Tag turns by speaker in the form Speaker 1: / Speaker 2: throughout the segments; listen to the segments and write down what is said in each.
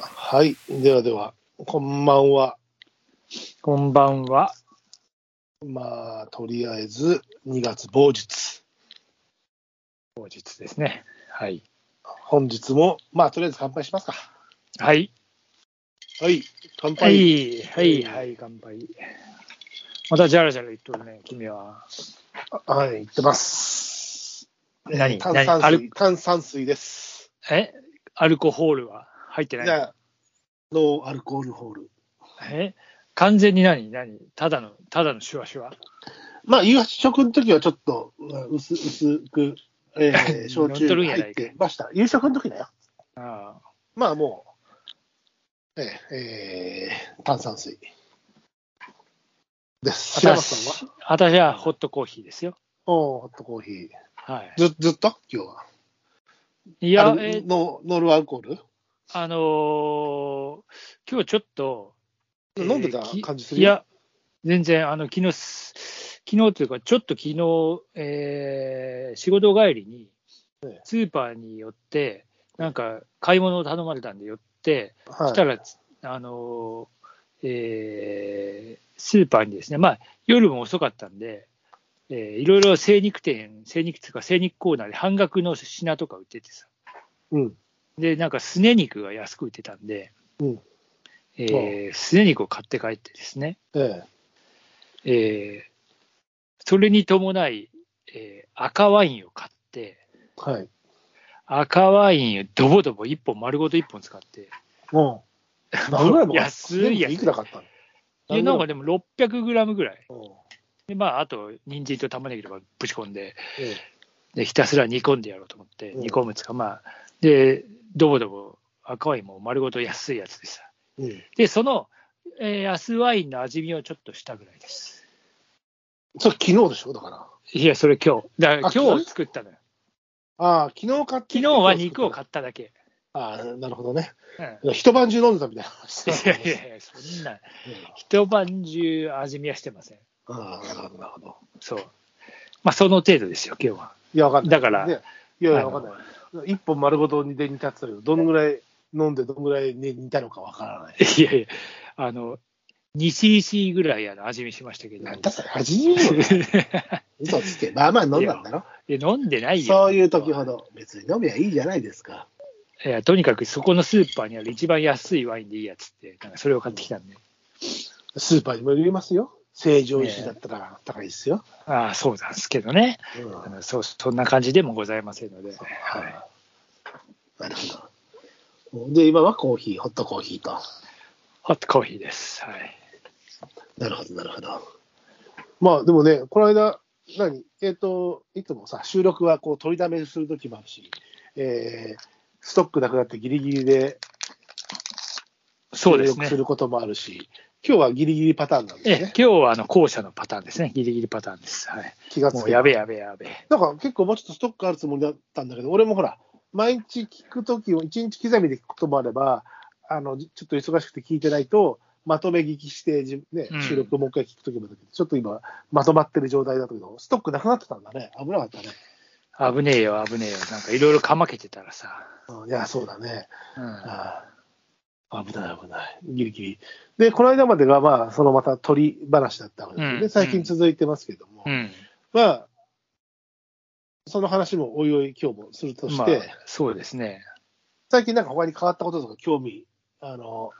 Speaker 1: はい。ではでは、こんばんは。
Speaker 2: こんばんは。
Speaker 1: まあ、とりあえず、2月某日。
Speaker 2: 後日ですね。はい。
Speaker 1: 本日も、まあ、とりあえず乾杯しますか。
Speaker 2: はい。
Speaker 1: はい。乾
Speaker 2: は
Speaker 1: 杯。
Speaker 2: い。はい。はい。乾杯。またじゃらじゃら言っとるね、君は。
Speaker 1: はい、いってます。
Speaker 2: 何
Speaker 1: 炭
Speaker 2: 何
Speaker 1: 酸
Speaker 2: ア
Speaker 1: 水
Speaker 2: ル
Speaker 1: 炭酸水です。
Speaker 2: えアルコホールは入って
Speaker 1: じ
Speaker 2: ない
Speaker 1: ゃあ、ノーアルコールホール。
Speaker 2: え完全に何何ただの、ただのシュワシュワ。
Speaker 1: まあ、夕食の時はちょっと、うん薄薄く、えー、焼
Speaker 2: 飲ん
Speaker 1: 酎
Speaker 2: どるんや
Speaker 1: 入
Speaker 2: ない
Speaker 1: っ
Speaker 2: か
Speaker 1: てました。夕食の時だよ。
Speaker 2: ああ
Speaker 1: まあ、もう、えーえー炭酸水です。白松さんは
Speaker 2: 私私はホットコーヒーですよ。
Speaker 1: おーホットコーヒー。
Speaker 2: はい。
Speaker 1: ずずっと今日は。
Speaker 2: い
Speaker 1: い
Speaker 2: や、え
Speaker 1: ノノルアルコール、
Speaker 2: あのー今日ちょっと、えー
Speaker 1: 飲んでた感じする
Speaker 2: きいや、全然、あの、昨日す、昨日というか、ちょっと昨日、えー仕事帰りに
Speaker 1: ええ、
Speaker 2: スーパーに寄って、なんか、買い物を頼まれたんで寄って、
Speaker 1: は
Speaker 2: そしたら、つあのーえースーパーにですね、まあ、夜も遅かったんで、えーいろいろ精肉店、精肉というか、精肉コーナーで半額の品とか売っててさ、
Speaker 1: うん。
Speaker 2: で、なんか、すね肉が安く売ってたんで、
Speaker 1: うん
Speaker 2: えーすね肉を買って帰ってですね、
Speaker 1: ええ。
Speaker 2: えーそれに伴い、えー赤ワインを買って、
Speaker 1: はい。
Speaker 2: 赤ワインをドボドボ1本、丸ごと1本使って、
Speaker 1: もう ん。何ぐらいも
Speaker 2: 安いやつ
Speaker 1: いくら買ったの
Speaker 2: いやなんかでも600グラムぐらい。
Speaker 1: うん
Speaker 2: で、まあ、あと、人参と玉ねぎとかぶち込んで、
Speaker 1: ええ
Speaker 2: でひたすら煮込んでやろうと思って、
Speaker 1: うん
Speaker 2: 煮込むつか、まあ、で、ドボドボ赤ワインも丸ごと安いやつでさ。
Speaker 1: うん。
Speaker 2: で、その、えー安ワインの味見をちょっとしたぐらいです。
Speaker 1: それ昨日でしょだから。
Speaker 2: いや、それ今日。だから
Speaker 1: あ
Speaker 2: 今日作ったのよ。
Speaker 1: ああ、昨日買って
Speaker 2: 昨日は肉を買っただけ。
Speaker 1: た。ああ、なるほどね。
Speaker 2: うん
Speaker 1: 一晩中飲んでたみたいな話
Speaker 2: いや いやいや、そんな、
Speaker 1: うん
Speaker 2: 一晩中味見はしてません。
Speaker 1: ああ、なるほど、なるほど。
Speaker 2: そう。まあ、その程度ですよ、今日は。
Speaker 1: いや、わかんない。
Speaker 2: だから
Speaker 1: ねいやいや、わかんない。一本丸ごとにで煮立ってたけど、どのぐらい飲んで、どのぐらいに煮たのかわからない。
Speaker 2: いやいや、あの、2cc ぐらいあの味見しましたけど。
Speaker 1: なんだそれ、80円。嘘つけ。まあまあ飲んだんだろ。
Speaker 2: いや飲んでないよ。
Speaker 1: そういう時ほど、別に飲みゃいいじゃないですか。
Speaker 2: いや、とにかくそこのスーパーにある一番安いワインでいいやつって、なんかそれを買ってきたんで。
Speaker 1: スーパーにも売りますよ。成城石井だったら高いですよ。
Speaker 2: ああ、そうなんですけどね。
Speaker 1: うん
Speaker 2: あのそうそんな感じでもございませんので。はい。
Speaker 1: なるほど。で、今はコーヒー、ホットコーヒーと。
Speaker 2: ホットコーヒーです。はい。
Speaker 1: なるほど、なるほど。まあ、でもね、この間、何えっ、と、いつもさ、収録はこう取りだめする時もあるし、えーストックなくなってギリギリで
Speaker 2: そう
Speaker 1: 収
Speaker 2: です
Speaker 1: 録
Speaker 2: ね
Speaker 1: す。ることもあるし、今日はギリギリパターンなん
Speaker 2: ええ
Speaker 1: で、
Speaker 2: 今
Speaker 1: ね。
Speaker 2: 日はあの後者のパターンですね。ギリギリパターンです。はい。
Speaker 1: 気がつ
Speaker 2: も
Speaker 1: く
Speaker 2: うやべえやべえやべえ。
Speaker 1: なんか結構もうちょっとストックあるつもりだったんだけど、俺もほら、毎日聞くときを、一日刻みで聞くこともあれば、あの、ちょっと忙しくて聞いてないと、まとめ聞きして、じね
Speaker 2: う、ん
Speaker 1: 収録をもう一回聞くときもあるけど、ちょっと今、まとまってる状態だったけど、ストックなくなってたんだね。危なかったね。
Speaker 2: 危ねえよ、危ねえよ。なんかいろいろかまけてたらさ。
Speaker 1: うん、いや、そうだね。
Speaker 2: うん、
Speaker 1: ああ危ない、危ない。ギリギリ。で、この間までが、まあ、そのまた鳥話だったわけですよね。
Speaker 2: うん
Speaker 1: 最近続いてますけども、
Speaker 2: うん、
Speaker 1: まあ、その話もおいおい今日もするとして、
Speaker 2: まあ、そうですね。
Speaker 1: 最近なんか他に変わったこととか興味、あの、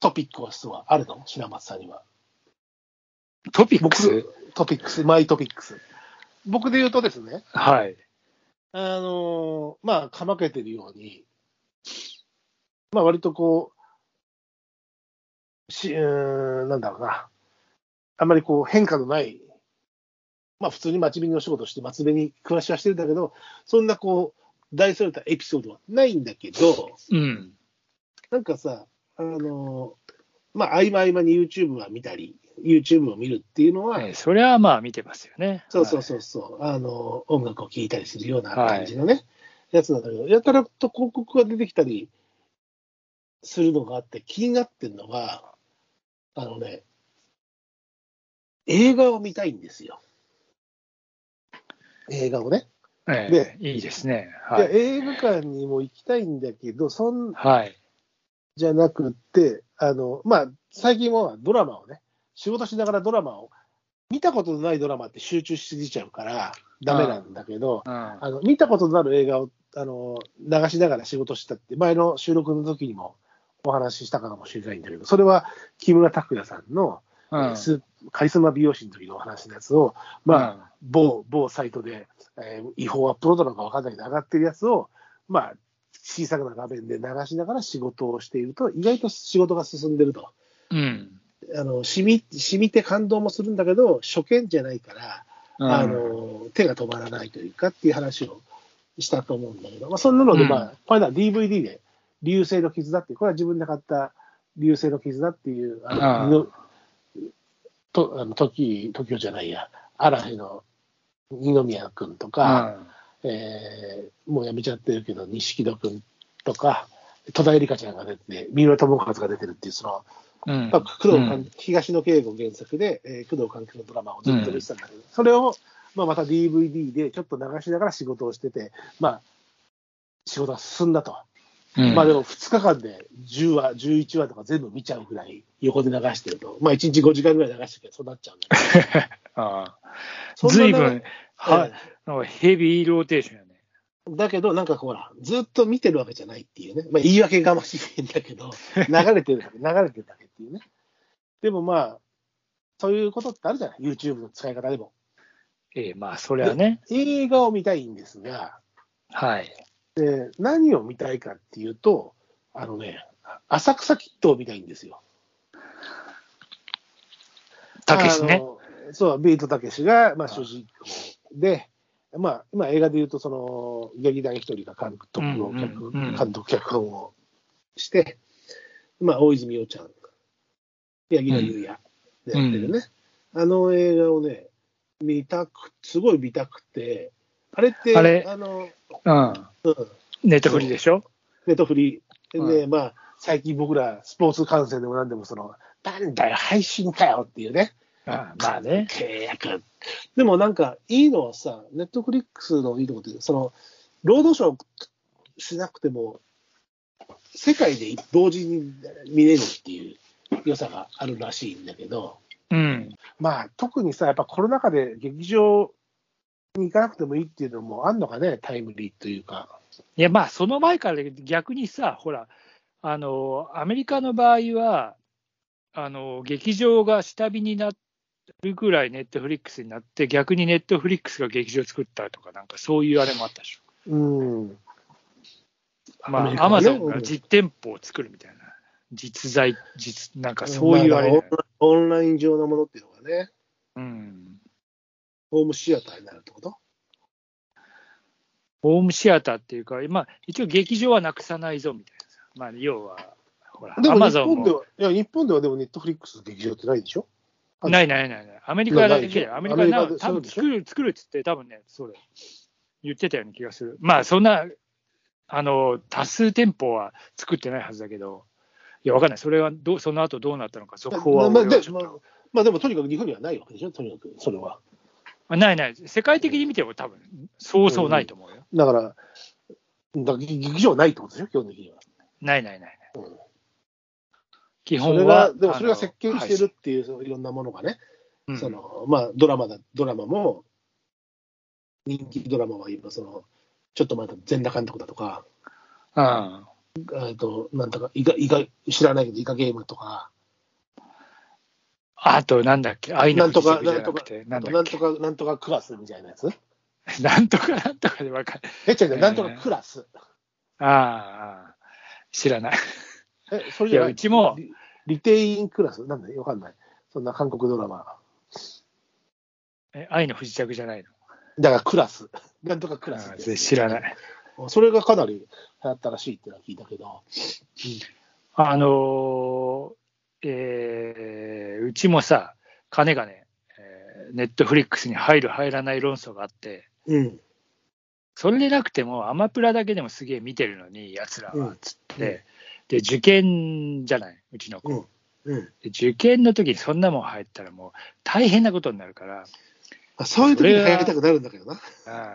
Speaker 1: トピックスはあるの白松さんには。
Speaker 2: トピックス
Speaker 1: 僕、トピックス、マイトピックス。僕で言うとですね、
Speaker 2: はい。
Speaker 1: あの、まあ、かまけてるように、まあ、割とこう、し、うーん、なんだろうな。あんまりこう、変化のない、まあ、普通に町紅の仕事をして、町紅に暮らしはしてるんだけど、そんなこう、大それたエピソードはないんだけど、
Speaker 2: うん。
Speaker 1: なんかさ、あのまあ、合間合間に YouTube は見たり、YouTube を見るっていうのは、
Speaker 2: ええそれはまあ見てますよね。
Speaker 1: そうそうそうそう、あの音楽を聴いたりするような
Speaker 2: はい
Speaker 1: 感じのね、やつなんだけど、やたらと広告が出てきたりするのがあって、気になってるのが、あのね、映画を見たいんですよ。映画をね。
Speaker 2: はい。ええいいですね。はい
Speaker 1: で映画館にも行きたいんだけど、そん
Speaker 2: はい。
Speaker 1: じゃなくって、あの、まあ、最近はドラマをね、仕事しながらドラマを、見たことのないドラマって集中しすぎちゃうから、ダメなんだけど、
Speaker 2: うん
Speaker 1: あの見たことのある映画をあの流しながら仕事したって、前の収録の時にもお話ししたかもしれないんだけど、それは木村拓哉さんの、
Speaker 2: うん
Speaker 1: スーカリスマ美容師の時のお話のやつを、まあ、某某サイトで、えー違法アップロードなのか分かんないけど、上がってるやつを、まあ、小さな画面で流しながら仕事をしていると、意外と仕事が進んでると。
Speaker 2: うん
Speaker 1: あの染み染みて感動もするんだけど、初見じゃないから、
Speaker 2: うん
Speaker 1: あの手が止まらないというかっていう話をしたと思うんだけど、まあ、そんなので、まあ
Speaker 2: うん
Speaker 1: これだ DVD で「流星の絆」っていうこれは自分で買った「流星の絆」っていうあの
Speaker 2: ああ
Speaker 1: のとあの時時代じゃないや嵐の二宮君とか、えーもうやめちゃってるけど錦戸君とか戸田恵梨香ちゃんが出て三浦友和が出てるっていうその
Speaker 2: うん
Speaker 1: まあ、工藤官
Speaker 2: うん
Speaker 1: 東野圭吾原作で、えー工藤官九のドラマをずっと見てたんだけど、それを、まあ、また DVD でちょっと流しながら仕事をしてて、まあ、仕事が進んだと、
Speaker 2: うん
Speaker 1: まあでも2日間で10話、11話とか全部見ちゃうぐらい横で流してると、まあ、1日5時間ぐらい流してるけど、そうなっちゃうんだけ
Speaker 2: あ
Speaker 1: ど
Speaker 2: あ。ずいぶ
Speaker 1: そんな中
Speaker 2: んは
Speaker 1: え
Speaker 2: なんかヘビーローテーションやね。
Speaker 1: えだけど、なんかほら、ずっと見てるわけじゃないっていうね、まあ、言い訳がましいんだけど、流れてるだけ、流れてるだけっていうね。でもまあ、そういうことってあるじゃない、YouTube の使い方でも。
Speaker 2: ええまあそれはね。
Speaker 1: 映画を見たいんですが、
Speaker 2: はい。
Speaker 1: で何を見たいかっていうと、あのね、浅草キッドを見たいんですよ。
Speaker 2: たけし
Speaker 1: あ
Speaker 2: ね。
Speaker 1: の。そう、ビートたけしが、まあ、主人公で、まあ、今映画で言うと、その、劇団ひとりが監督を、
Speaker 2: うんうんうん
Speaker 1: 監督脚本をして、まあ、大泉洋ちゃん、柳楽優也でやってるね、あの映画をね、見たく、すごい見たくて、あれって、
Speaker 2: あれ
Speaker 1: の、
Speaker 2: うん。
Speaker 1: うん、
Speaker 2: ネットフリでしょ
Speaker 1: ネットフリーで、
Speaker 2: う
Speaker 1: まあ、最近僕らスポーツ観戦でも何でも、その、なんだよ、配信かよっていうね。
Speaker 2: ああまあね。
Speaker 1: 契約。でもなんか、いいのはさ、ネットフリックスのいいとこって、その、ロードショーしなくても、世界で同時に見れるっていう良さがあるらしいんだけど、
Speaker 2: うん。
Speaker 1: まあ、特にさ、やっぱコロナ禍で劇場に行かなくてもいいっていうのもあんのかね、タイムリーというか。
Speaker 2: いやまあその前から逆にさ、ほら、あの、アメリカの場合は、あの、劇場が下火になるぐらいネットフリックスになって、逆にネットフリックスが劇場作ったとか、なんかそういうあれもあったでし
Speaker 1: うん。
Speaker 2: ょ。ま
Speaker 1: アメリ
Speaker 2: あ、ア
Speaker 1: カは
Speaker 2: マ
Speaker 1: ね
Speaker 2: ゾンが実店舗を作るみたいな。実在、実、なんかそういうあれだ
Speaker 1: ま
Speaker 2: よ
Speaker 1: あ
Speaker 2: ね、
Speaker 1: オンライン上のものっていうのがね、
Speaker 2: うん。
Speaker 1: ホームシアターになるってこと
Speaker 2: ホームシアターっていうか、まあ、一応劇場はなくさないぞみたいなさ、まあ、要は、ほら、
Speaker 1: で
Speaker 2: ア
Speaker 1: も
Speaker 2: マ
Speaker 1: 日
Speaker 2: ゾン
Speaker 1: 本で
Speaker 2: も。
Speaker 1: は、いや、日本ではでもネットフリックス劇場ってないでしょは
Speaker 2: ないないないない、アメリカだけだよ。ア
Speaker 1: ア
Speaker 2: メ
Speaker 1: メ
Speaker 2: リ
Speaker 1: リカア
Speaker 2: カな、
Speaker 1: メリカでそ
Speaker 2: 多
Speaker 1: う
Speaker 2: 分
Speaker 1: でしょ
Speaker 2: 作る、作るっつって、多分ね、それ、言ってたような気がする。まあ、そんな、あの、多数店舗は作ってないはずだけど、いや、わかんない。それはどう、その後どうなったのか、続報は
Speaker 1: まあ
Speaker 2: 俺
Speaker 1: まあ
Speaker 2: は
Speaker 1: で
Speaker 2: ちょっと。
Speaker 1: まあでもとにかく日本にはないわけでしょとにかく、それは。
Speaker 2: まあないない。世界的に見ても多分、そうそうないと思うよ。
Speaker 1: だから、だから劇場はないってことでしょ基本的には。
Speaker 2: ないないないな
Speaker 1: う
Speaker 2: い
Speaker 1: ん。
Speaker 2: 基
Speaker 1: そ
Speaker 2: 本
Speaker 1: れ
Speaker 2: は
Speaker 1: が、。でもそれが
Speaker 2: あの
Speaker 1: 席巻してるっていう、そのいろんなものがね、
Speaker 2: はい
Speaker 1: その、まあドラマだ、ドラマも、人気ドラマは今、その、ちょっと前だと全裸監督だとか、
Speaker 2: うんうん
Speaker 1: えっと、なんとか、イカ、イカ、知らないけど、イカゲームとか、
Speaker 2: あと、なんだっけ、愛
Speaker 1: な
Speaker 2: の
Speaker 1: んと
Speaker 2: 不
Speaker 1: か、
Speaker 2: 時着じ
Speaker 1: なん
Speaker 2: ゃな
Speaker 1: と
Speaker 2: く
Speaker 1: か
Speaker 2: て、、な
Speaker 1: なんん
Speaker 2: だっ
Speaker 1: とか、なんとかクラスみたいなやつ
Speaker 2: け、 なんとかなんとかでわかる。
Speaker 1: え、違う違
Speaker 2: えー
Speaker 1: う、なんとかクラス。
Speaker 2: ああああ、知らない。
Speaker 1: え、それ
Speaker 2: い
Speaker 1: じゃ
Speaker 2: や、
Speaker 1: ないう
Speaker 2: ちも、
Speaker 1: リリテインクラスなんだよ、わかんない。そんな韓国ドラマ。
Speaker 2: え愛の不時着じゃないの。
Speaker 1: だからクラス。なんとかクラス
Speaker 2: ああ
Speaker 1: ってやつ。
Speaker 2: ぜ知らない。
Speaker 1: それがかなり流行ったらしいってのは聞いたけど。
Speaker 2: あのーえーうちもさ、金がね、えーネットフリックスに入る、入らない論争があって、
Speaker 1: うん。
Speaker 2: それでなくても、アマプラだけでもすげえ見てるのに、やつら
Speaker 1: う
Speaker 2: は、
Speaker 1: ん。
Speaker 2: つって、で、受験じゃない、うちの子。
Speaker 1: うんうん。
Speaker 2: で受験の時にそんなもん入ったらもう大変なことになるから、
Speaker 1: あそういう時に流行りたくなるんだけどな。
Speaker 2: ああ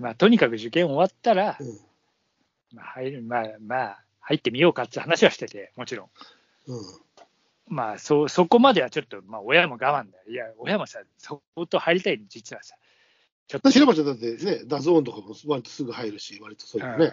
Speaker 2: まあ、とにかく受験終わったら
Speaker 1: う、ん。
Speaker 2: まあ、入る、まあ、まあ、入ってみようかって話はしてて、もちろん。
Speaker 1: うん。
Speaker 2: まあ、そ、そこまではちょっと、まあ、親も我慢だよ。いや、親もさ、相当入りたい、実はさ。ちょっと
Speaker 1: 白馬ちゃんだってね、ダゾーンとかも割とすぐ入るし、割とそういうの
Speaker 2: うん
Speaker 1: ね。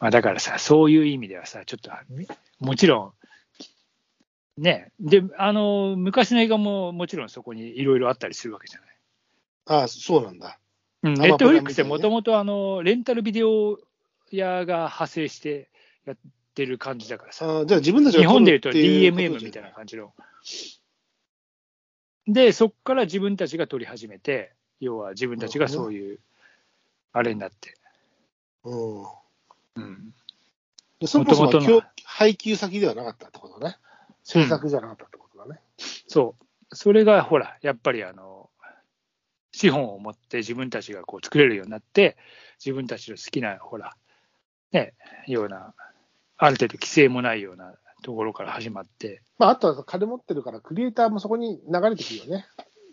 Speaker 2: まあ、だからさ、そういう意味ではさ、ちょっと、みもちろん、ね、で、あの、昔の映画ももちろんそこにいろいろあったりするわけじゃない。
Speaker 1: ああ、そうなんだ。
Speaker 2: うん、
Speaker 1: ア
Speaker 2: ネッ
Speaker 1: マプ
Speaker 2: トフリ
Speaker 1: ラ
Speaker 2: ック
Speaker 1: み
Speaker 2: スったて
Speaker 1: いにね
Speaker 2: もともとあのレンタルビデオ屋が派生してやってる感じだからさ、
Speaker 1: ああじゃあ自分たちが
Speaker 2: 日本でいう
Speaker 1: 撮
Speaker 2: と
Speaker 1: るっていうこと
Speaker 2: DMM みたいな感じの。で、そこから自分たちが撮り始めて、要は自分たちがそういう、あれになって。
Speaker 1: うん。
Speaker 2: うん、
Speaker 1: でそもそも
Speaker 2: 元々の
Speaker 1: 供配給先ではなかったってことだね。制作じゃなかったってことだね。
Speaker 2: そう。それがほら、やっぱりあの、資本を持って自分たちがこう作れるようになって、自分たちの好きな、ほら、ね、ような、ある程度規制もないようなところから始まって、
Speaker 1: まあ、あとは金持ってるから、クリエイターもそこに流れてくるよね。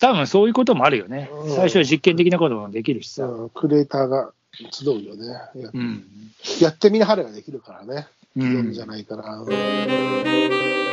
Speaker 2: 多分そういうこともあるよね
Speaker 1: うん。
Speaker 2: 最初は実験的なこともできるしさ。
Speaker 1: うん、クリエイターが集うよね。や
Speaker 2: うん。
Speaker 1: やってみなはれができるからね。
Speaker 2: う
Speaker 1: うん、じ
Speaker 2: ん
Speaker 1: ゃないから。